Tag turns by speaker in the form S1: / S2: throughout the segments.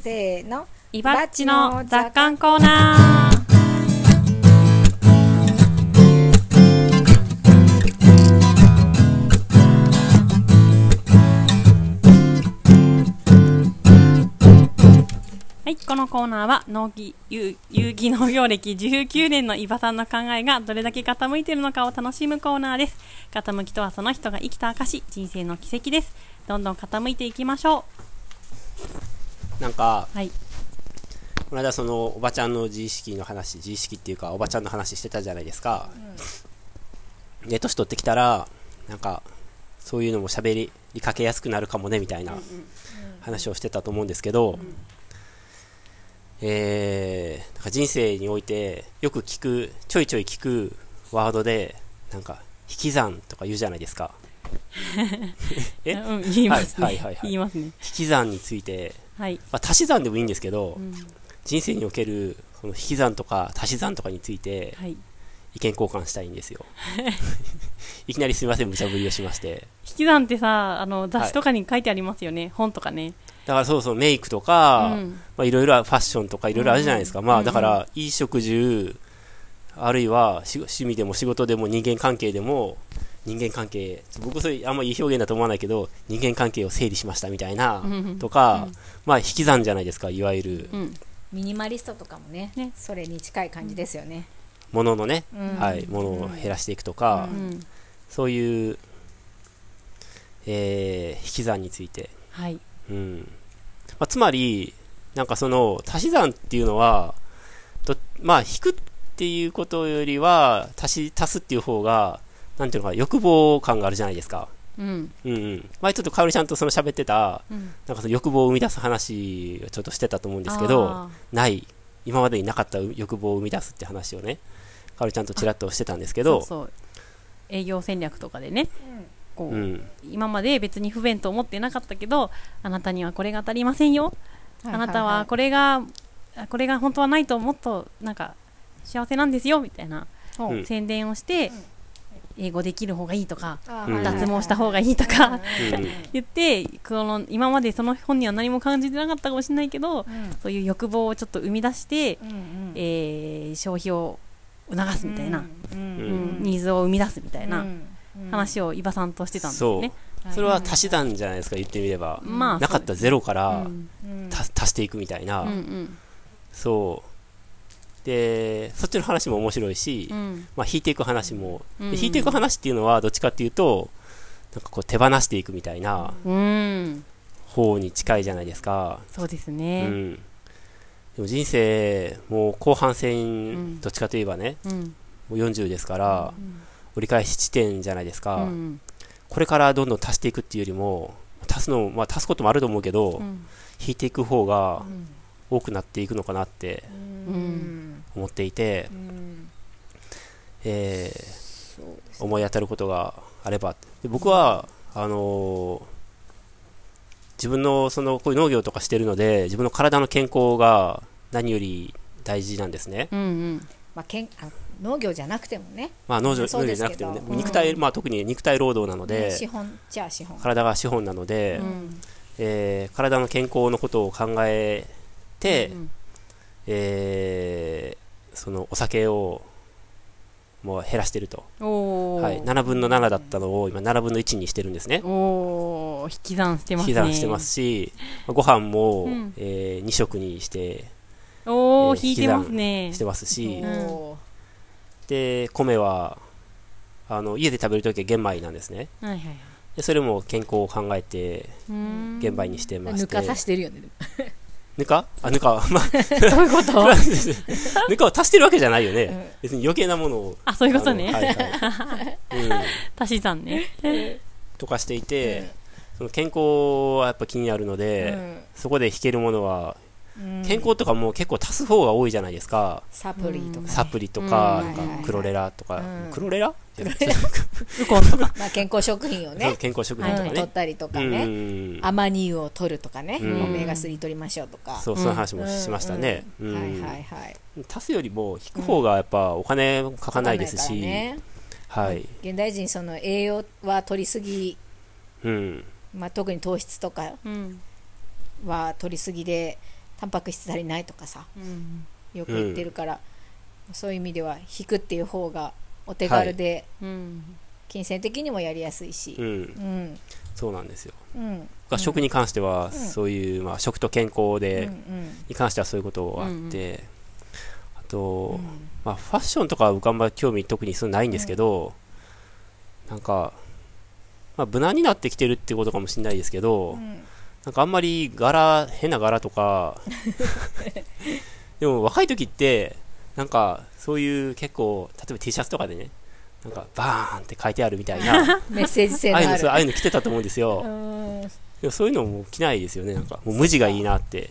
S1: せーの
S2: イバッチの雑感コーナーはい、このコーナーは農技有有機農業歴19年の伊庭さんの考えがどれだけ傾いているのかを楽しむコーナーです傾きとはその人が生きた証人生の奇跡ですどんどん傾いていきましょ
S3: なんか
S2: うはい
S3: この間そのおばちゃんの自意識の話自意識っていうかおばちゃんの話してたじゃないですか、で年取ってきたらなんかそういうのも喋りかけやすくなるかもねみたいな話をしてたと思うんですけど、えーなんか人生においてよく聞くちょいちょい聞くワードでなんか引き算とか言うじゃないですかえ
S2: うん、言いますね、
S3: はいはいはいはい
S2: 言いますね
S3: 引き算について、
S2: はい、
S3: まあ、足し算でもいいんですけど、
S2: うん
S3: 人生におけるその引き算とか足し算とかについて、
S2: はい、引
S3: 意見交換したい んですよいきなりすみません無茶ぶりをしまして
S2: き算ってさあの雑誌とかに書いてありますよね、本とかね
S3: だからそうそうメイクとか、
S2: うん
S3: まあ、いろいろファッションとかいろいろあるじゃないですか、まあだから衣食住あるいはし趣味でも仕事でも人間関係でも人間関係僕それあんまいい表現だと思わないけど人間関係を整理しましたみたいな
S2: うん
S3: とか、まあ引き算じゃないですかいわゆる
S2: うん
S1: ミニマリストとかもね
S2: ね
S1: それに近い感じですよね、
S3: もののね、
S1: うん
S3: はい、ものを減らしていくとか、
S2: うん
S3: そういう、えー引き算について
S2: はい
S3: うんまあ、つまり、なんかその足し算っていうのは、どまあ、引くっていうことよりは足し、足すっていう方が、なんていうのかな、欲望感があるじゃないですか。
S2: うん
S3: うんうん、前ちょっとかおりちゃんとその喋ってた、
S2: うん
S3: なんかその欲望を生み出す話をちょっとしてたと思うんですけど、
S2: あ
S3: ない、今までになかった欲望を生み出すって話をね、かおりちゃんとちらっとしてたんですけ
S2: ー
S3: ど、
S2: そうそう営業戦略とかでねこう、
S3: うん、
S2: 今まで別に不便と思ってなかったけどあなたにはこれが当たりませんよ、あなたはこれがあこれが本当はないともっとなんか幸せなんですよみたいな、
S3: うん
S2: 宣伝をして、英語できる方がいいとか、
S3: うんはいはい
S2: 脱毛した方がいいとか、
S3: うんうん
S2: 言ってこの今までその本には何も感じてなかったかもしれないけど、そういう欲望をちょっと生み出して、えー消費を促すみたいな、うんニーズを生み出すみたいな話を伊庭さんとしてたんですよね。
S3: それは足し算じゃないですか、言ってみれば。
S2: まあ
S3: なかったゼロか
S2: そう
S3: ら
S2: うん
S3: た足していくみたいな、
S2: うんうん
S3: そう。で、そっちの話も面白いし、
S2: うん
S3: まあ、引いていく話も、
S2: うん
S3: で引いていく話っていうのは、どっちかっていうと、なんかこう、手放していくみたいな
S2: うん
S3: 方に近いじゃないですか。
S2: そうです
S3: う
S2: ね。
S3: ん。でも人生、もう後半戦、
S2: ん
S3: どっちかといえばね、
S2: うん
S3: もう40ですから、折り返し地点じゃないです
S2: う
S3: か。
S2: ん
S3: これからどんどん足していくっていうよりも、足すの、まあ、足すこともあると思うけど、
S2: うん
S3: 引いていく方が多くなっていくのかなって思っていて、えー思い当たることがあればで僕はあのー自分のそのこういう農業とかしてるので自分の体の健康が何より大事なんですね、
S2: うんうん
S1: まあ、けんあ農業じゃなくてもね
S3: まあ、農業
S1: そ
S3: 農
S1: う
S3: 業
S1: で
S3: じ
S1: す
S3: ゃ
S1: け
S3: なく
S1: ど
S3: てもね、
S1: うん
S3: 肉体まあ、特に肉体労働なので、
S1: 資本じゃあ資本
S3: 体が資本なので、
S2: うん
S3: えー体の健康のことを考えて、
S2: うん
S3: えーそのお酒をもう減らしてると、
S2: おー
S3: はい、7分の7だったのを今7分の1にしてるんですね
S2: おー引き算してます
S3: 引
S2: ね。
S3: き算してますしご飯も、
S2: うん
S3: え2食にして
S2: お
S3: え
S2: ー
S3: ー
S2: 引いてますね
S3: して。ますし、
S2: うん
S1: おー
S3: で米はあの家で食べるときは玄米なんですね
S2: はいはいはい
S3: でそれも健康を考えて
S2: うーん
S3: 玄米にしてまして、
S1: ぬかさしてるよね
S3: ぬかあぬか まあ
S2: どういうこと
S3: そ れはぬかを足してるわけじゃないよね、別に余計なものを
S2: あ、そういうこと
S3: あの
S2: ね。
S3: はいはい、 うん
S2: 足し算ね。
S3: とかしていて、その健康はやっぱ気になるので、そこで引けるものは、健康とかも結構足す方が多いじゃないですか、
S1: サプリとか、ね
S3: サプリとか,、
S1: うん
S3: なんかクロレラとか、
S1: うん
S3: クロレラ、
S2: ウコン とか。
S1: まあ、健康食品を
S3: そ
S1: ね
S3: う健康食
S1: う
S3: 品とか
S1: ん、取っ
S3: ね。
S1: たりとか
S3: うん
S1: ね、アマニ油を取るとかね、
S3: うん
S1: オメガ3取りましょうとか
S3: そう、その話もしましたね。
S1: うん
S3: うん
S1: はいはいはい
S3: 足すよりも引く方がやっぱお金もかかんないです
S1: わかんない
S3: し、
S1: からね
S3: はい、
S1: 現代人その栄養は取りすぎ、
S3: うん、
S1: まあ、特に糖質とか
S2: うん。
S1: は取りすぎでタンパク質足りないとかさ
S2: うん
S1: よく言ってるから、そういう意味では引くっていう方がお手軽で、
S2: うん
S1: 金銭的にもやりやすいし
S3: う、ん
S1: う、ん
S3: そうなんですよ。
S1: うん
S3: が食に関しては、
S1: ん
S3: そういう、まあ、食と健康
S1: うん
S3: で、
S1: うん
S3: に関してはそういうことあって、あ
S1: う
S3: と、
S1: ん
S3: まあ、ファッションとかは僕あんま興味特にそうないんですけど、なんか、まあ、無難になってきてるってことかもしれないですけど、
S1: うん
S3: なんかあんまり柄、変な柄と か、でも若い時って、なんかそういう結構、例えば T シャツとかでね、なんかバーンって書いてあるみたいな、 あ
S1: メッセージ性の
S3: あいう
S1: あ
S3: の、そうああ
S1: る
S3: いうの着てたと思うんですよ。
S1: うん
S3: でもそういうのも着ないですよね、なんか。もう無地がいいなって。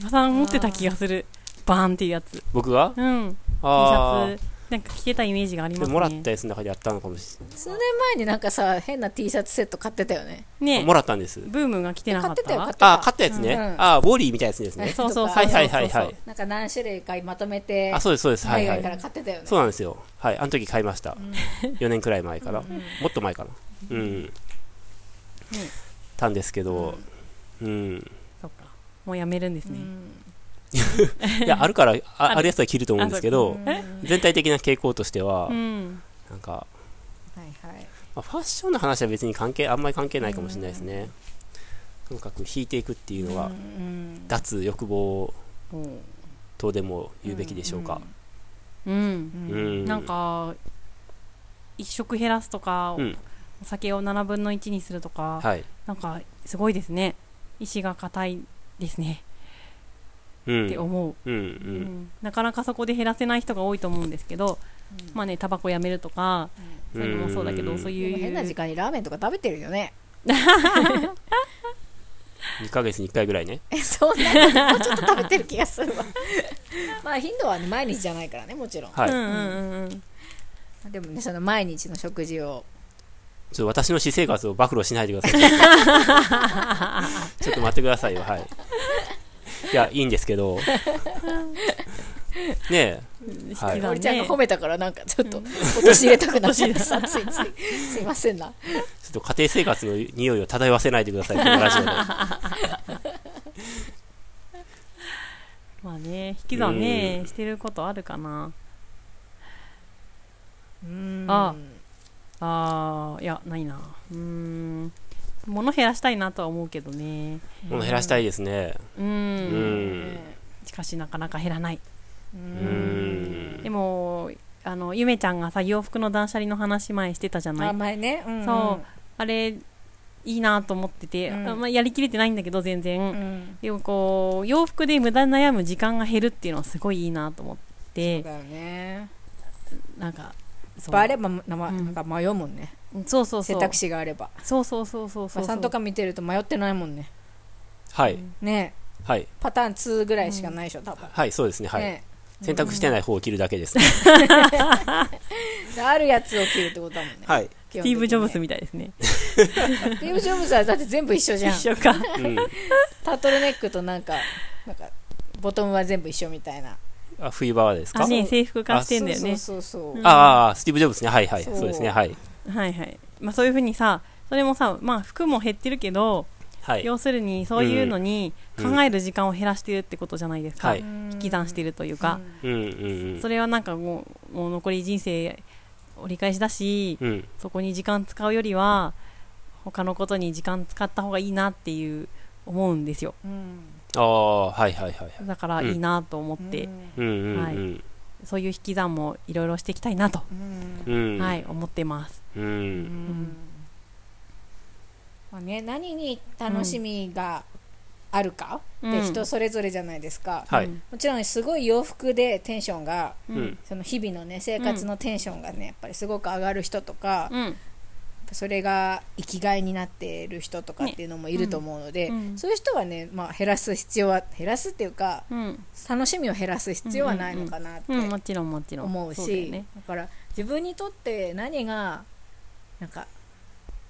S2: 今さん持ってた気がするバーンっていうやつ
S3: 僕が
S2: うんT シ
S3: あ
S2: ャツなんか着てたイメージがあり
S3: ー
S2: ま
S3: ですも
S2: ね
S3: もらったやつの中でやったのかもしれ
S1: 数年前になんかさ変な T シャツセット買ってたよね
S3: ない。
S2: ね
S3: もらったんです。
S2: ブームが来てな
S1: 買
S2: かっ
S1: ってたよ
S2: た
S1: 買ってた
S3: あー、買ったやつね。
S1: うん
S3: あー、ウォーリーみたいなやつですね。
S2: そうそうそう
S3: はいはいはいはい。
S1: なんか何種類かまとめて
S3: あ、そうですそうです。は
S1: 海
S3: いは
S1: 外から
S3: い。
S1: 買ってたよね
S3: そうなんですよ。はい。あの時買いました。4年くらい前から。
S1: うん
S3: もっと前かな。うん。たんですけど、うん。
S2: そっかもうやめるんです
S1: う
S2: ね、
S1: ん
S3: いや、あるから、
S2: あ
S3: あ
S2: る
S3: あるやつは着ると思うんですけど、
S1: うんはい
S3: 全体的な傾向としては、
S2: うん
S3: なんか、
S1: はい
S3: まあファッションの話は別に関係、あんまり関係ないかもしれないですね。とにかく引いていくっていうのが、
S1: うん
S3: 脱欲望
S2: うん
S3: とでも言うべきでしょうか。
S2: うん
S1: うん
S3: う
S1: うん
S3: ん。
S2: なん、か一食減らすとか、
S3: うん
S2: お酒を7分の1にするとか、
S3: はい。
S2: なんかすごいですね意志が固いですね、
S3: う
S2: って
S3: ん。
S2: 思う、
S3: う
S2: う
S3: ん。う。
S2: んんなかなかそこで減らせない人が多いと思うんですけど、まあねタバコやめるとか、そういうのもそうだけど、
S3: うん
S2: そう
S1: で
S2: い
S1: も
S2: う
S1: 変な時間にラーメンとか食べてるよね
S3: 2ヶ月に1回ぐらいね。
S1: えそんなもうちょっと食べてる気がするわまあ頻度はね毎日じゃないからねもちろん
S3: はい。
S2: うん
S3: ちょ
S2: うんうんうん
S1: でもねその毎日の食事を
S3: っと私の私生活を暴露しないでください。 ちょっと待ってくださいよ。はい。いや、いいんです けど。ね
S2: 好き
S3: はい
S2: だ
S1: 森ちゃんが
S2: ね
S1: 褒めたからなんかちょっと落とし入れたくなっちゃってさついついすいませんな
S3: え、ちょっと家庭生活の匂いを漂わせないでください、このラジオで。
S2: まあね引き算ね
S3: うん
S2: してることあるかな
S1: うん
S2: ああーいやないなうーん物減らしたいなとは思うけどね
S3: もの減らしたいですね。
S2: うん
S3: うん。
S2: しかしなかなか減らない
S3: うん
S2: で。もあのゆめちゃんがさ洋服の断捨離の話前してたじゃない
S1: あ前ね、うん
S2: そうあれいいなと思ってて、
S1: うん
S2: あんまやりきれてないんだけど全然、
S1: うん、うん
S2: でもこう洋服で無駄に悩む時間が減るっていうのはすごいいいなと思っ
S1: そう
S2: て
S1: だよね
S2: なんか
S1: い
S2: そ
S1: っ
S2: う
S1: ぱいあればな,、ま、
S2: うん
S1: なんか迷うもんね
S2: そうそうそ
S1: 選
S2: う
S1: 択肢があれば
S2: そうそうそうそうそ
S1: 馬
S2: う
S1: さんとか見てると迷ってないもんね
S3: はい。
S1: ねえ
S3: はい。
S1: パターン2ぐらいしかないでしょ、多分、
S3: はい、そうですね。はい。
S1: ね
S3: 選択してない方を切るだけですね。
S1: えであるやつを着るってことだもんね
S3: はい。
S1: 基本的にね
S2: スティーブ・ジョブスみたいですね
S1: スティーブ・ジョブズはだって全部一緒じゃん
S2: 一緒か
S3: うん。
S1: タートルネックとなんかなんかボトムは全部一緒みたいな
S3: あ、冬場はですか
S2: あね制服化してんだよね
S1: そうそうそうそう、
S2: うん
S3: ああ、スティーブ・ジョブスね。はいはい。
S1: そう
S3: そうですね。はい。
S2: はいはい、まあ、そういうふうにさそれもさまあ服も減ってるけど、
S3: はい。
S2: 要するにそういうのに
S3: うん
S2: 考える時間を減らしてるってことじゃないですか、
S3: はい
S2: 引き算してるというか、
S3: うんうん
S2: それはなんかもうもう残り人生折り返しだし、
S3: うん。うん。
S2: そこに時間使うよりは他のことに時間使った方がいいなっていう思うんですよ
S1: うん
S3: ああ、はいはいはい。
S2: だからいいなと思っ
S1: うん
S2: て、
S3: うんうん
S2: はい
S3: うん。
S2: そういう引き算もいろいろしていきたいなと、
S1: うん
S3: うん。
S2: はい、思ってます
S3: う。
S1: うんんまあね、何に楽しみがあるかって
S2: うん
S1: 人それぞれじゃないですか、
S3: はい。
S2: うん
S1: もちろんすごい洋服でテンションが
S2: う
S3: うんん。
S1: その日々のね生活のテンションがねやっぱりすごく上がる人とか、やっ
S2: うん
S1: ぱそれが生きがいになっている人とかっていうのもいると思うので、
S2: うんうん
S1: そういう人はね、まあ、減らす必要は減らすっていうか
S2: うん
S1: 楽しみを減らす必要はないのかなって
S2: うんもちろんもちろん
S1: 思う
S2: そ
S1: し
S2: だ
S1: だ,、
S2: よね
S1: から自分にとって何がなんか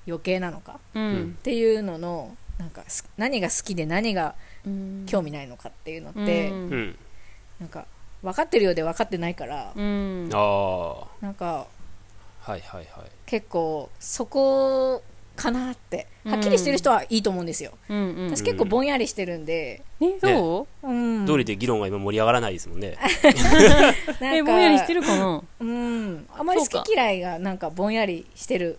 S1: 余計なのか
S2: うん
S1: っていうののなんかす何が好きで何が
S2: うん
S1: 興味ないのかっていうのって、
S2: うん
S3: うん。
S1: なんか分かってるようで分かってないから、
S2: うん
S3: ああ、は
S1: なんか
S3: いはいはい。
S1: 結構そこかなってはっきりしてる人はいいと思うんですよ、
S2: うんうん。
S1: 私結構ぼんやりしてるんで、
S2: え、どう
S1: うん、
S3: 道理で議論が今盛り上がらないですもんね。
S1: な
S2: え、
S1: んか
S2: ぼんやりしてるかな
S1: うん、あまり
S2: そう
S1: 好
S2: か
S1: き嫌いがなんかぼんやりしてる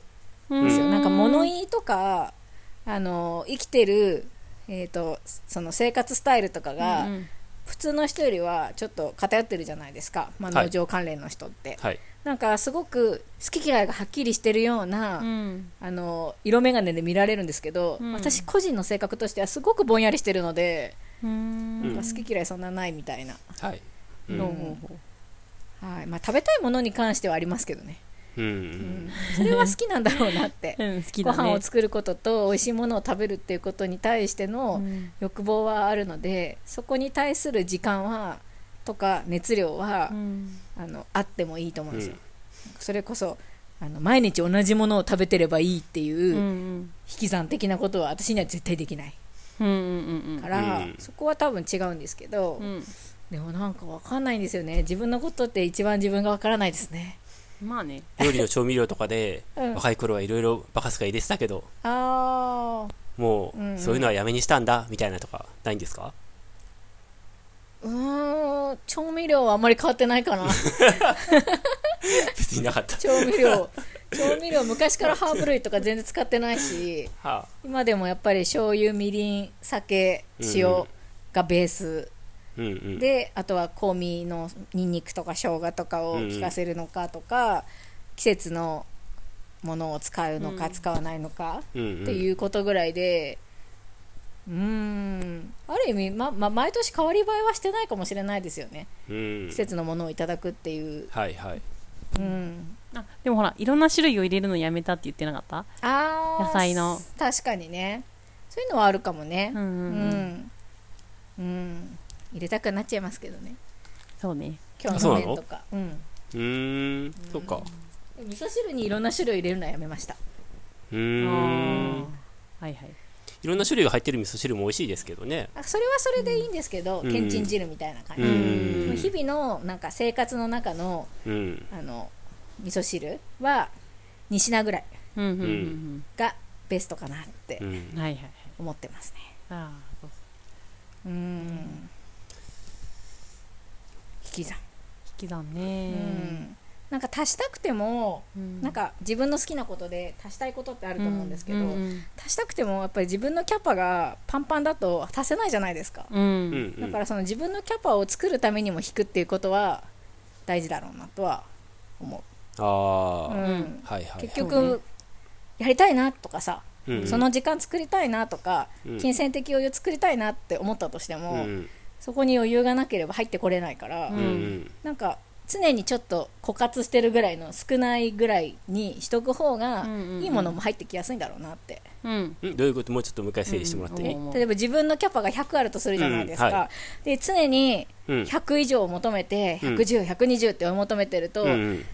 S2: うん
S1: ですよ、なんか物言いとかあの生きてる、えー、とその生活スタイルとかが、
S2: うん
S1: 普通の人よりはちょっと偏ってるじゃないですか、まあ、
S3: はい
S1: 農場関連の人って、
S3: はい。
S1: なんかすごく好き嫌いがはっきりしてるような、
S2: うん。
S1: あの色眼鏡で見られるんですけど、
S2: うん
S1: 私個人の性格としてはすごくぼんやりしてるので、
S2: うん。
S3: うん
S1: なんか好き嫌いそんなないみたいな、
S3: はい。う。
S2: うんん
S1: どう思はいまあ、食べたいものに関してはありますけどね、
S3: うん
S1: うん、それは好きなんだろうなって
S2: うん、好き
S1: ご
S2: だね。
S1: 飯を作ることと美味しいものを食べるっていうことに対しての
S2: うん
S1: 欲望はあるのでそこに対する時間はとか熱量は、
S2: うん
S1: あのあってもいいと思うん
S3: う
S1: ですよ
S3: ん、
S1: それこそあの毎日同じものを食べてればいいっていうう引
S2: ん
S1: き算的なことは私には絶対できない
S2: うんうん
S1: か
S2: う
S1: ら、
S3: うん
S1: そこは多分違うんですけど、
S2: んうん
S1: でもなんか分かんないんですよね自分のことって一番自分が分からないですね
S2: まあね。
S3: 料理の調味料とかで、
S1: うん
S3: 若い頃はいろいろバカスカ入れてたけど、
S1: ああ
S3: も
S1: うんうん
S3: う、そういうのはやめにしたんだ、みたいなと か、ないんですか
S1: うーん調味料はあんまり変わってない かな
S3: 別になかった。
S1: 調味料調味料昔からハーブ類とか全然使ってないし
S3: は
S1: 今でもやっぱり醤油みりん酒
S3: うんう
S1: 塩
S3: ん
S1: がベース
S3: あ。うんうん。
S1: であとは香味のニンニクとか生姜とかを効かせるのかとか、季節のものを使うのか使わないのか
S3: うんうん、
S1: って
S3: う。
S1: いうことぐらいでうーんある意味、まま、毎年変わり映えはしてないかもしれないですよね
S3: ん
S1: 季。節のものをいただくっていう、
S3: はいはい。
S1: うん、
S2: あでもほら、いろんな種類を入れるのやめたって言ってなかった
S1: あー
S2: 野菜の
S1: 確かにねそういうのはあるかもね
S2: うん
S1: う
S2: うんうん。
S1: ん、うん、入れたくなっちゃいますけどね
S2: そうね。
S1: 今日
S3: そう
S1: の
S3: なの
S1: 麺とかうん
S3: うーん。そっか。
S1: 味噌汁にいろんな種類入れるのはやめました
S2: う
S3: うーん。
S2: はいはい。
S3: いろんな種類が入ってる味噌汁も美味しいですけどね。
S1: あそれはそれでいいんですけど、
S3: うん
S1: けんちん汁みたいな感じ、
S3: うん
S1: もう日々のなんか生活の中の
S3: うん。
S1: あの味噌汁は2品ぐらい
S2: うんうんうん
S1: がベストかなって
S3: うん
S2: うん。はいはいはい。
S1: 思ってますね
S2: ああ、そう
S1: うん引き算
S2: 引き算
S1: う
S2: ね。
S1: んなんか足したくても
S2: うん
S1: なんか自分の好きなことで足したいことってあ
S2: あ
S1: ると思うんですけど、足したくてもやっぱり自分のキャパがパンパンだと足せないじゃないですか
S2: うん
S3: う。ん。うん
S1: だからその自分のキャパを作るためにも引くっていうことは大事だろうなとは思
S3: あ
S1: う、
S3: あ、
S1: う
S3: はい
S1: ん、
S3: はいはい。
S1: 結
S2: そう
S1: 局
S2: ね
S1: やりたいなとかさ、
S3: うんうん
S1: その時間作りたいなとか、
S3: うん
S1: 金銭的余裕作りたいなって思ったとして
S3: う
S1: も、
S3: ん
S1: そこに余裕がなければ入ってこれないから、
S3: うんうん
S1: なんか常にちょっと枯渇してるぐらいの少ないぐらいにしとく方が
S2: うんうんうん
S1: いいものも入ってきやすいんだろうなって、
S2: うん。
S3: うんどういうこともうちょっともう一回整理してもらっていい、
S2: うんうん
S1: 例えば自分のキャパが100あるとするじゃないですか、
S3: うんは
S1: で常に
S3: うん
S1: 100以上を求めて
S3: うん
S1: 110、120って追い求めてると、
S3: うんうん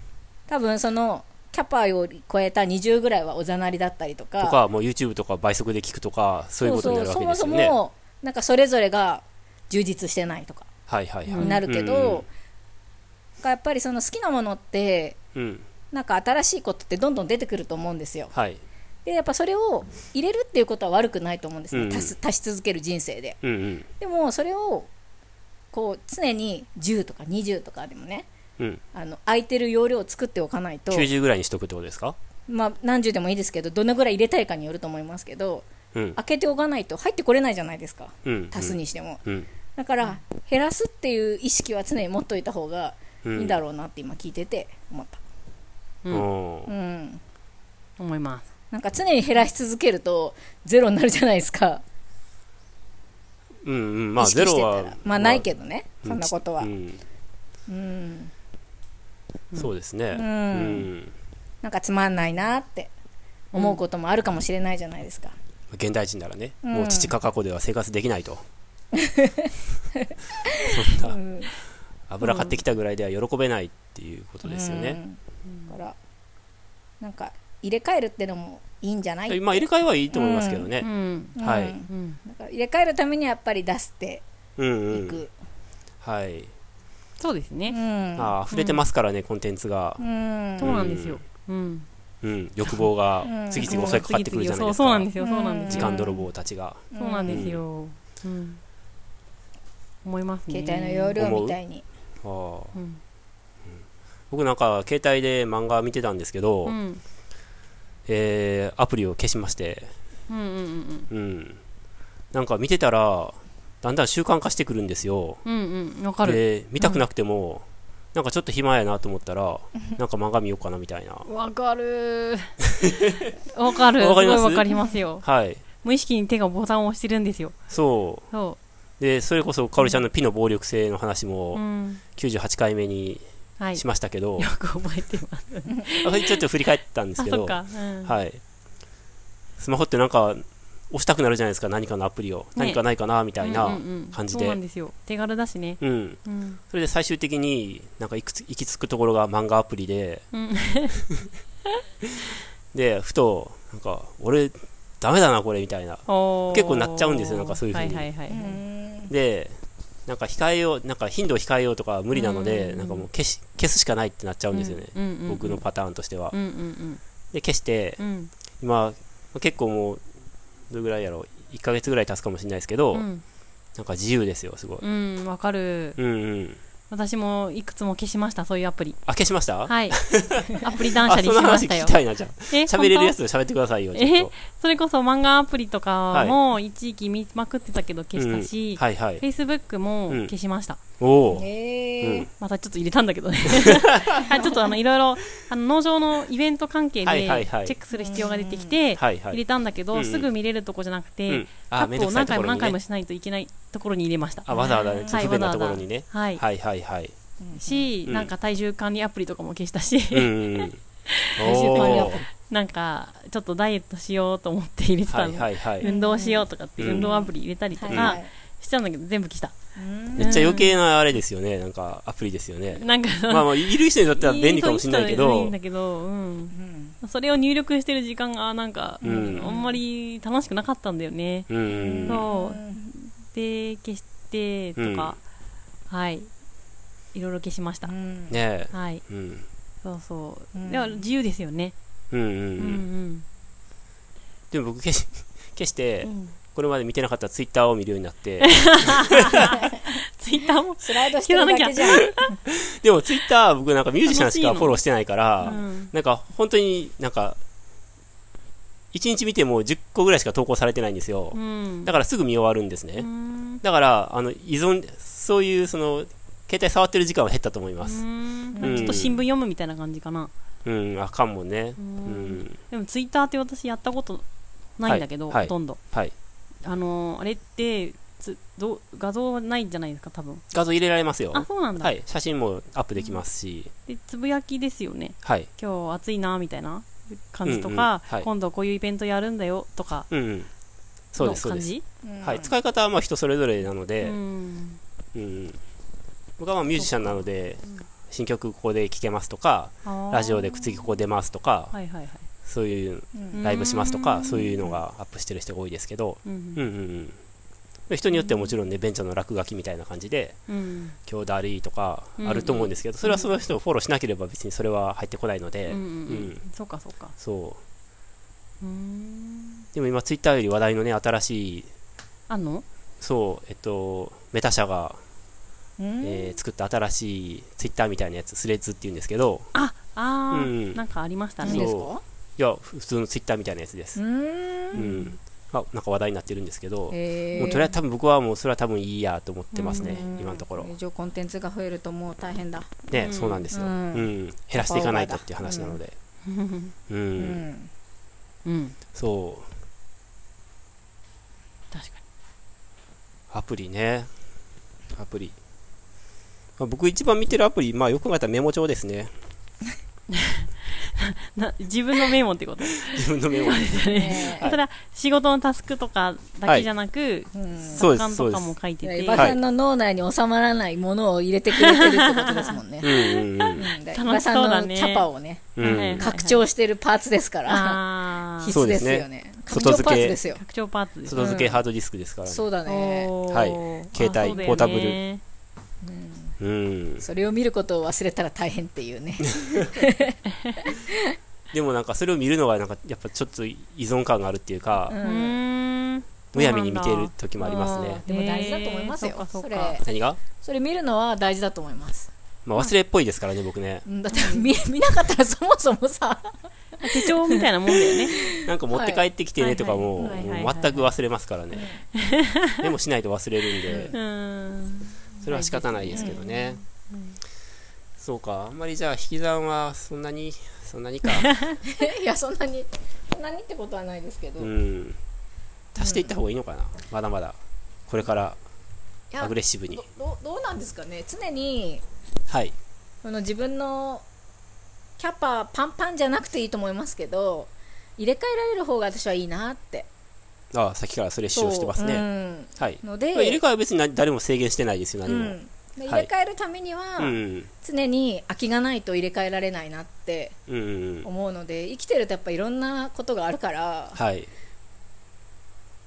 S1: 多分そのキャパを超えた20ぐらいはおざなりだったりと
S3: と
S1: か
S3: か、もう YouTube とか倍速で聞くとか、そういうことになるわけですよね。
S1: そうそうそもそもなんかそれぞれが充実してないとか
S3: はいはいはい。
S1: になるけど、
S3: うん
S1: なんかやっぱりその好きなものって
S3: うん、うん
S1: なんか新しいことってどんどん出てくると思うんですよ
S3: はい。
S1: でやっぱそれを入れるっていうことは悪くないと思うんですね、
S3: うん
S1: 足す足し続ける人生で
S3: うんうん。
S1: でもそれをこう常に10とか20とかでもね
S3: うん、
S1: あの空いてる容量を作っておかないと、
S3: 90ぐらいにしとくってことですか
S1: まあ、何十でもいいですけどどのぐらい入れたいかによると思いますけど
S3: うん。
S1: 開けておかないと入ってこれないじゃないですか
S3: うん。
S1: 足すにしても、
S3: うん。
S1: だから減らすっていう意識は常に持っといた方がい
S3: うん。
S1: いんだ
S3: ろ
S1: ろうなって今聞いてて思った、
S2: う。
S3: うんん。
S1: うん
S2: 思います。
S1: なんか常に減らし続けるとゼロになるじゃないですか、
S3: うんうん。まあ、
S1: 意識
S3: ゼ
S1: し
S3: ロ
S1: てたら
S3: は。
S1: まあないけどね、
S3: まあ
S1: そんなことは
S3: う
S1: うん、
S3: んそうですね。
S1: う
S3: うんん。
S1: なんかつまんないなって思うこともあるかもしれないじゃないですか、
S3: 現代人ならね、
S1: うん
S3: もう父か過去では生活で きないと。そんな、
S1: ん
S3: 油買ってきたぐらいでは喜べないっていうことですよね。
S1: うんだからなんか入れ替えるってのもいいんじゃない
S3: まあ、入れ替えはいいと思いますけど
S2: う
S3: ね。
S2: ん。
S1: うん
S3: はい
S2: うん。
S1: だから入れ替えるためにはやっぱり出して
S3: うん
S1: い
S3: うん。
S1: く、
S3: はい。
S2: そうです
S1: う
S2: ね。
S1: ん
S3: ああ、溢れてますからね、コンテンツが
S1: う。ん
S2: そうなんですよ。うん。
S3: うん、欲望が
S1: うん
S3: 次々襲いかかってくるじゃない
S2: そ
S3: で
S2: う
S3: す
S2: そうなん
S3: か
S2: ですよそうなんです
S3: 時
S2: よ
S3: 間泥棒たちが
S2: そうなんですよ、うん思いますね
S1: 携帯の容量みたいに
S3: あー
S2: うん
S3: 僕なんか携帯で漫画見てたんですけど、
S2: うん
S3: えーアプリを消しまして、
S2: うんうんうん
S3: うん、なんか見てたらだんだん習慣化してくるんですよ
S2: うんうんわかる
S3: で見たくなくても、なんかちょっと暇やなと思ったらなんか漫画見ようかなみたいな
S2: わかるわかる
S3: わかります
S2: すごいわかりますよ
S3: はい
S2: 無意識に手がボタンを押してるんですよ
S3: そ
S2: そう
S3: でそれこそかおりちゃんのピの暴力性の話
S2: う、う
S3: も
S2: ん、
S3: 98回目に
S2: はい
S3: し
S2: よ
S3: ましたけど、
S2: く覚えてます
S3: あちょっと振り返ったんです
S2: あ
S3: け
S2: そっ
S3: ど
S2: か、うん
S3: はい、スマホってなんか押したくなるじゃないですか何かのアプリを、何かないかなみたいな、
S2: うんうんう
S3: 感じで
S2: んそうなんですよ手軽だしね、
S3: うん、
S2: うん
S3: それで最終的になんかいくつ行き着くところが漫画アプリで
S2: うん、
S3: でふとなんか俺ダメだなこれみたいな
S2: おー
S3: 結構なっちゃうんですよなんかそういう風に
S2: はいはいはい、はい
S3: でなんか控えようなんか頻度を控えようとかは無理なので、
S2: うん
S3: なんかもう消し消すしかないってなっちゃうんですよね、
S2: うんうんうん
S3: 僕のパターンとしては、
S2: うんうん
S3: で消して
S2: うんうん
S3: 今結構もうどれぐらいやろう1ヶ月ぐらい経つかもしれないですけど、
S2: うん
S3: なんか自由ですよすごい、
S2: うんわかる
S3: うん、うん
S2: 私もいくつも消しましたそういうアプリ
S3: あ消しました、
S2: はい アプリ断捨離
S3: あそ
S2: し
S3: の
S2: ま
S3: 話
S2: した
S3: 聞
S2: よ
S3: きたいなじゃあ
S2: え
S3: 喋れるやつ
S2: 本
S3: 喋ってくださいよちょっと
S2: 当それこそ漫画アプリとかも一時期見まくってたけど消したし、
S3: はいはい
S2: Facebook も消しました、
S3: おお、
S1: へえ
S2: またちょっと入れたんだ けどねはいちょっとあのいろいろあの農場のイベント関係でチ
S3: はいは
S2: ェ
S3: いはい
S2: ックする必要が出てき
S3: う
S2: て
S3: んはいはい
S2: 入れたんだけど、
S3: うんうん
S2: すぐ見れるとこじゃなくて、
S3: うん
S2: タッ
S3: あめん
S2: プ
S3: ど
S2: を
S3: く
S2: 何
S3: さいと
S2: 回
S3: こ
S2: も
S3: ろ
S2: 何
S3: に
S2: 回も
S3: ね
S2: しないといけないところに入れました
S3: あわざわざねちょっ
S2: はい
S3: と不便なところにね、
S2: はい
S3: はいはいはい。
S2: し、
S3: うん
S2: なんか体重管理アプリとかも消したし、
S3: うんうん うん。
S1: 重管理ア
S3: お
S1: プ
S3: ー
S2: なんかちょっとダイエットしようと思って入れてた
S3: は
S2: の、
S3: いはいはい。
S2: 運動しようとかって
S3: うん
S2: 運動アプリ入れたりと
S1: は
S2: か
S1: いはい
S2: してたんだけど全部消し
S1: う
S2: た、
S1: ん
S3: めっちゃ余計なあれですよね、なんかアプリですよね。
S2: なんか
S3: まあまあ、いる人にとっては便利かもしれないけ
S2: そういい
S3: ど
S2: んだ、けど、うん、
S1: うん
S2: それを入力してる時間がなんか、
S3: うん
S2: あんまり楽しくなかったんだよね、
S3: うんうんうん。
S2: そううんで消してとか、はいいろいろ消しました、
S1: うん
S3: ね
S2: はい
S3: え。うん。
S2: そうそう、
S1: うん
S2: では自由ですよね
S3: うんうん
S2: う
S3: うんん。でも僕消し、 消し
S2: う
S3: て、
S2: ん
S3: これまで見てなかったツイッターを見るようになって、
S2: ツイッターも、
S1: スライドしてるだけ じゃん
S3: でもツイッター僕なんかミュージシャンしかフォローしてないか
S2: う
S3: ら、
S2: ん、
S3: なんか本当になんか、1日見ても10個ぐらいしか投稿されてないんですよ
S2: う。ん
S3: だからすぐ見終わるんですね。
S2: うん
S3: だから、あの依存、そういうその携帯触ってる時間は減ったと思います。
S2: うんちょっと新聞読むみたいな感じかな、
S3: うん、あかんもんね。
S2: う
S3: うんん、
S2: でもツイッターって私やったことないんだけど、
S3: はいはい
S2: ほとんど
S3: はい。
S2: あのーあれってつどう画像はないじゃないですか多分
S3: 画像入れられますよ。
S2: あそうなんだ、
S3: はい、写真もアップできますし、
S2: でつぶやきですよね
S3: はい。
S2: 今日暑いなみたいな感じとか、
S3: うんうんはい
S2: 今度こういうイベントやるんだよとか
S3: うん、うん。そう
S2: の
S3: です、そう
S2: 感
S3: です。
S2: じ
S1: うん
S3: はい、使い方はまあ人それぞれなの
S2: う
S3: で、
S2: ん
S3: うん、うん。僕はまあミュージシャンなので、新曲ここで聴けますとか、ラジオで次ここ出ますとか、
S2: はいはいはい
S3: そういう
S1: うん
S3: ライブしますとか、
S2: うん
S3: そういうのがアップしてる人が多いですけど、
S2: う
S3: うんんうんうんで。人によってはもちろんね、ベンチャーの落書きみたいな感じで、
S2: うん
S3: 今日だりーとか
S2: うん
S3: あると思うんですけど、それはその人をフォローしなければ別にそれは入ってこないの
S2: う
S3: で、
S2: んうん
S3: ん
S2: そうかそうか
S3: そう
S2: うーん
S3: でも今ツイッターより話題のね新しい
S2: あんの
S3: そうえっとメタ社が、
S1: うん
S3: えー作った新しいツイッターみたいなやつスレッズっていうんですけど
S2: ああー、
S3: うん
S2: なんかありました
S1: 何
S2: ね
S1: です
S3: そ
S1: か
S3: いや普通のツイッターみたいなやつです、
S1: うん
S3: うんあなんか話題になってるんですけど、
S1: へー
S3: もうとりあえず多分僕はもうそれは多分いいやと思ってますね、
S1: うん
S3: 今のところ
S1: 以上コンテンツが増えるともう大変だ
S3: ね、
S2: うん
S3: そうなんですよ、
S1: う
S3: うんん減らしていかないとっていう話なのでうん、
S1: うん
S2: うん
S3: そう
S2: 確か
S3: アプリね。アプリ。まあ僕一番見てるアプリ、まあよく考えたらメモ帳ですね。
S2: にな自分のメモってこと
S3: 自分のメモ。
S1: ね
S2: それは仕事のタスクとかだけじゃなく、
S1: うん
S3: そうです
S2: 作家とかも書いてて、
S1: 馬
S3: はい
S1: さんの脳内に収まらないものを入れてくれてるってことですもんね
S3: うんうんうん。
S1: だから
S2: そうだ
S1: 伊賀さ
S2: ね
S1: んのキャパをね
S3: うん
S2: はいはい
S1: 拡張してるパーツですから
S2: あー
S1: 必須ですよね
S3: そ
S1: 拡
S3: うですね外
S1: 張
S3: 付
S1: パ
S3: け
S1: ーツですよ
S2: 拡張パーツです
S3: 外付けハードディスクですからね。
S1: そうだね
S2: おー
S3: はい
S2: あそ
S3: 携帯
S2: うだよね
S3: ポータブルうん。
S1: それを見ることを忘れたら大変っていうね
S3: でもなんかそれを見るのがなんかやっぱちょっと依存感があるっていうか、
S1: うん
S2: うーん
S3: むやみに見ている時もありますね。
S1: でも大事だと思いますよ、
S2: えーそ
S1: そ
S2: うかそうか
S1: れ
S3: 何が、
S1: それ見るのは大事だと思います
S3: まあ、忘れっぽいですからね、僕ね。
S1: うんだって見見なかったらそもそもさ
S2: 手帳みたいなもんだよね
S3: なんか持って帰ってきてねとかも、
S2: はいはいはいはい
S3: もう全く忘れますからね。でもしないと忘れるんで
S2: う、ーん
S3: それは仕方ないですけどね。そうか、あんまりじゃあ引き算はそんなに、そん なにか。
S1: いやそんなにそんなにってことはないですけど、
S3: う
S1: い
S3: ん。足していった方がいいのかな、まだまだ。これからア
S1: や
S3: グレッシブに
S1: ど。どどうなんですかね常に
S3: はい。
S1: その自分のキャパパンパンじゃなくていいと思いますけど入れ替えられる方が私はいいなって
S3: ああ、さっきからそれ使用してます
S1: う
S3: ね。
S1: ん
S3: はい。
S1: ので
S3: まあ入れ替えは別に何誰も制限してないですよ、
S1: う
S3: 何も。
S1: ん、で入
S3: はい
S1: れ替えるためには、
S3: うん。
S1: 常に空きがないと入れ替えられないなって
S3: うん。うん。
S1: 思うので生きてるとやっぱいろんなことがあるから
S3: はい。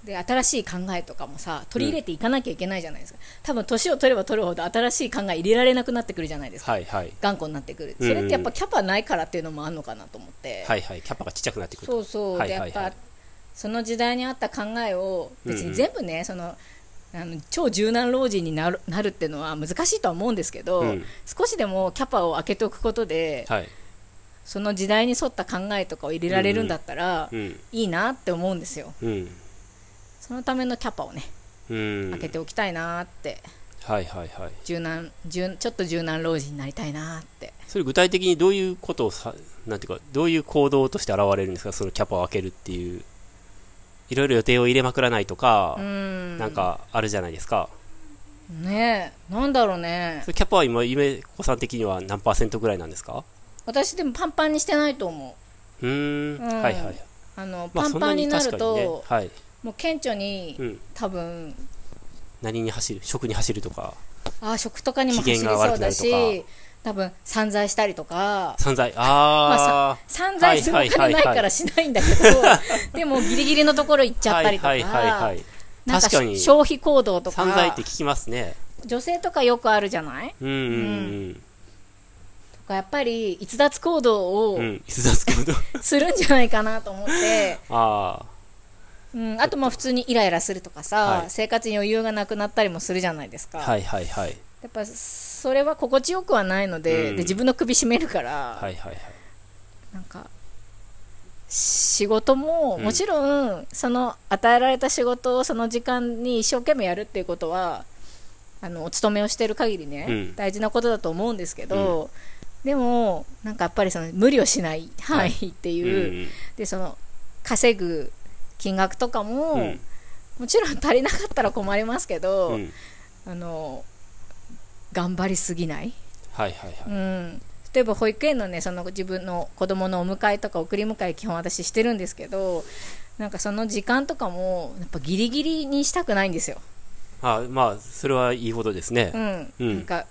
S1: で新しい考えとかもさ取り入れていかなきゃいけないじゃないですか、多分年を取れば取るほど新しい考え入れられなくなってくるじゃないですか、
S3: はいはい。
S1: 頑固になってくる
S3: う
S1: そ
S3: んうん
S1: れってやっぱキャパないからっていうのもあるのかなと思って、
S3: はいはい。キャパがちっちゃくなってくると。
S1: そうそう、
S3: はいはい
S1: でや
S3: は
S1: っ
S3: い
S1: ぱその時代に合った考えを別
S3: うんう
S1: に
S3: ん
S1: 全部ね、そのあの超柔軟老人になるなるっていうのは難しいとは思うんですけど、
S3: うん
S1: 少しでもキャパを空けておくことで、
S3: はい。
S1: その時代に沿った考えとかを入れられるんだったら、
S3: うん。
S1: いいなって思うんですよ
S3: うん。
S1: そのためのキャパをね
S3: うん。
S1: 開けておきたいなって、
S3: はいはいはい。
S1: 柔軟柔ちょっと柔軟老人になりたいなって
S3: それ具体的にどういうことをさ、なんていうか、どういう行動として現れるんですか、そのキャパを開けるっていう。いろいろ予定を入れまくらないとか
S1: う、ん
S3: なんかあるじゃないですか。
S1: ねえなんだろうね
S3: それキャパは今、夢子さん的には何パーセントぐらいなんですか
S1: 私でもパンパンにしてないと思う
S3: うーん
S1: うん
S3: はいはい。
S1: あの、
S3: まあ
S1: パンパンになると、
S3: そんなに確かにね、はい。
S1: もう顕著に、
S3: うん。
S1: 多分
S3: 何に走る食に走るとか、
S1: あー食とかにも
S3: 機
S1: 走り
S3: 嫌が
S1: そ
S3: 悪
S1: う
S3: くな
S1: だ
S3: るとか
S1: し多分散財したりとか
S3: 散財。あ
S1: 散財するお金ないからしないんだけど、 でもギリギリのところ行っち
S3: ー。
S1: ゃっ
S3: は
S1: た
S3: い
S1: りとか、
S3: はいはいはい。
S1: なんか
S3: 確かに
S1: 消費行動とか
S3: 散財って聞きますね。
S1: 女性とかよくあるじゃない
S3: うんうん
S1: とかやっぱり逸脱行動
S3: う
S1: を
S3: ん。うん。逸脱 行動。
S1: するんじゃないかなと思って、
S3: あ
S1: うん、あとまあ普通にイライラするとかさ、
S3: はい
S1: 生活に余裕がなくなったりもするじゃないですか、
S3: あ。はいはいはい。
S1: やっぱそれは心地よくはないので,、
S3: うん
S1: で自分の首絞めるから、
S3: はいはいはい。
S1: なんか仕事も
S3: うん
S1: もちろんその与えられた仕事をその時間に一生懸命やるっていうことはあのお勤めをしてる限りね、
S3: うん
S1: 大事なことだと思うんですけど、でもなんかやっぱりその無理をしない範囲っていう、
S3: うんうん
S1: でその稼ぐ金額とかも、
S3: うん
S1: もちろん足りなかったら困りますけど、
S3: うん
S1: あの頑張りすぎない
S3: はいはいは
S1: う
S3: い。
S1: ん、例えば保育園のねその自分の子供のお迎えとか送り迎え基本私してるんですけどなんかその時間とかもやっぱギリギリにしたくないんですよ、
S3: あまあ、それはいいことですね
S1: う。ん
S3: うん
S1: なんか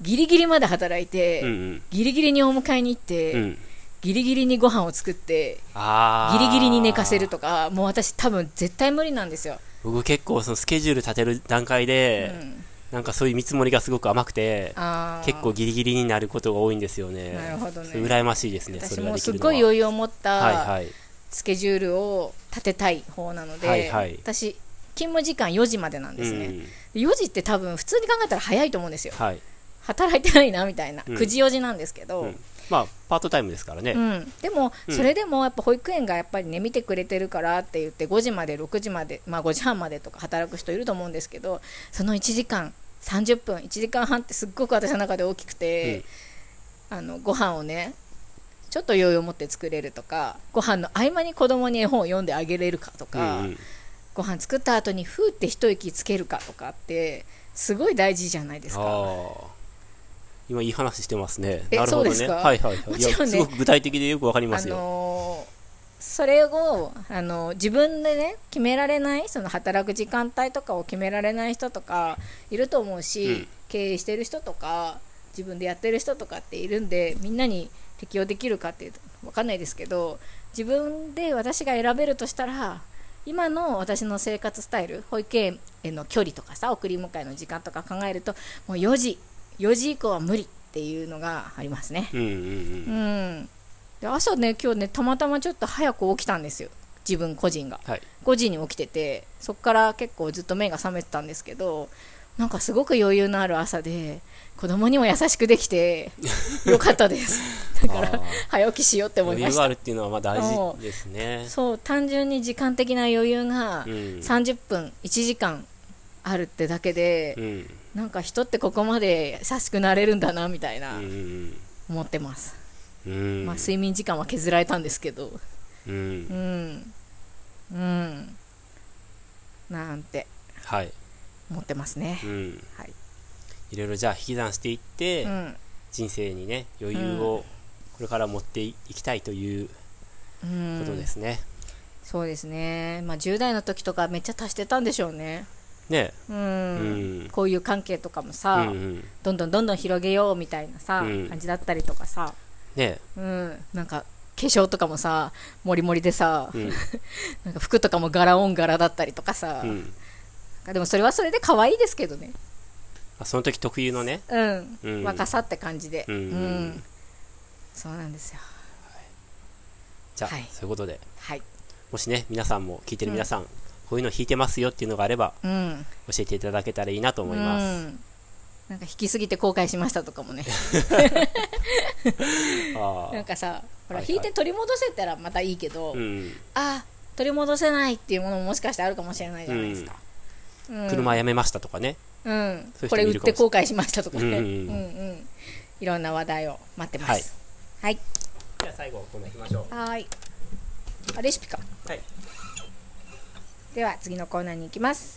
S1: ギリギリまで働いて、
S3: うんうん。
S1: ギリギリにお迎えに行って、
S3: うん。
S1: ギリギリにご飯を作って
S3: あ
S1: ギ
S3: あ。
S1: リギリに寝かせるとかもう私多分絶対無理なんですよ、
S3: 僕結構そのスケジュール立てる段階で、
S1: うん
S3: なんかそういう見積もりがすごく甘くて、
S1: あー
S3: 結構ギリギリになることが多いんですよね。
S1: なるほどね
S3: それ羨ましいですね、そ
S1: 私
S3: れが
S1: も
S3: でき
S1: す
S3: るの
S1: ごい
S3: は。
S1: 余裕を持った、
S3: はいはい。
S1: スケジュールを立てたい方なので、
S3: はいはい
S1: 私勤務時間4時までなんです
S3: う
S1: ね、
S3: ん
S1: 4時って多分普通に考えたら早いと思うんですよ
S3: はい。
S1: 働いてないなみたいな、
S3: うん
S1: 9時4時なんですけど、
S3: う
S1: うん
S3: んまあ、パートタイムですからね。
S1: でも
S3: うん
S1: それでもやっぱ保育園がやっぱりね見てくれてるからって言って5時まで6時まで、まあ、5時半までとか働く人いると思うんですけどその1時間30分1時間半ってすっごく私の中で大きくて、あのご飯をねちょっと余裕を持って作れるとかご飯の合間に子供に絵本を読んであげれるかと
S3: う
S1: か、
S3: んうん
S1: ご飯作った後にふーって一息つけるかとかってすごい大事じゃないです
S3: あ
S1: か。
S3: ー今いい話してますね。
S1: え
S3: なる
S1: そ
S3: ほ
S1: う
S3: ど
S1: で
S3: ね。
S1: すか
S3: はいはいはい。
S1: も
S3: い
S1: ちろんね
S3: や、すごく具体的でよくわかりま
S1: あ
S3: すよ。
S1: のーそれを、あのー自分でね決められないその働く時間帯とかを決められない人とかいると思うし、
S3: うん
S1: 経営してる人とか自分でやってる人とかっているんでみんなに適用できるかっていうと分かんないですけど自分で私が選べるとしたら今の私の生活スタイル保育園への距離とかさ送り迎えの時間とか考えるともう4時4時以降は無理っていうのがありますね。
S3: うんうんうん
S1: うん、で朝ね今日ねたまたまちょっと早く起きたんですよ自分個人が
S3: はい
S1: 5時に起きててそっから結構ずっと目が覚めてたんですけどなんかすごく余裕のある朝で子供にも優しくでき てよかったですだか
S3: あー
S1: ら早起きしようって思い
S3: 余
S1: ま
S3: 裕
S1: し
S3: があ
S1: た
S3: るっていうのはまあ大事ですね。
S1: そう単純に時間的な余裕が
S3: うん
S1: 30分1時間あるってだけ
S3: う
S1: で
S3: ん
S1: なんか人ってここまで優しくなれるんだなみたいな
S3: うん
S1: 思ってます、
S3: うん
S1: まあ、睡眠時間は削られたんですけど
S3: うん
S1: うんうんなんて
S3: はい
S1: 思ってますね
S3: うん
S1: はい
S3: いろいろじゃあ引き算していって、
S1: うん
S3: 人生にね余裕をこれから持っていきたいという
S1: う
S3: こ
S1: ん
S3: とですね。
S1: そうですね、まあ、10代の時とかめっちゃ足してたんでしょうね、
S3: ね
S1: うん
S3: うん
S1: こういう関係とかも
S3: う
S1: さ、
S3: んうん
S1: どんどんどんどん広げようみたいなさ、
S3: うん
S1: 感じだったりとかさ、
S3: ね
S1: うん、なんか化粧とかもさもりもりでさ、
S3: うん
S1: なんか服とかも柄オン柄だったりとかさ、
S3: う
S1: なん
S3: ん
S1: かでもそれはそれで可愛いですけどね、
S3: あその時特有のね
S1: うん
S3: うん
S1: 若さって感じで、
S3: うん
S1: そうなんですよ
S3: じゃあ、
S1: はい
S3: そういうことで
S1: はい、
S3: もしね皆さんも聞いてる皆さん、こういうの弾いてますよっていうのがあれば
S1: うん、
S3: 教えていただけたらいいなと思います。
S1: うんなんか引きすぎて後悔しましたとか もね
S3: あ
S1: なん
S3: あ
S1: かさほら、
S3: はいはい
S1: 引いて取り戻せたらまたいいけど、
S3: うん
S1: あ取り戻せないっていうものももしかしてあるかもしれないじゃないですか、うん
S3: 車やめましたとかね、
S1: うん
S3: そういう人もいるかもしれない
S1: これ売って後悔しましたとかね、う
S3: う
S1: んん
S3: う
S1: うんんいろんな話題を待ってますはい
S3: じゃあ最後このいきましょう
S1: はーいあレシピか
S3: はい
S1: では次のコーナーに行きます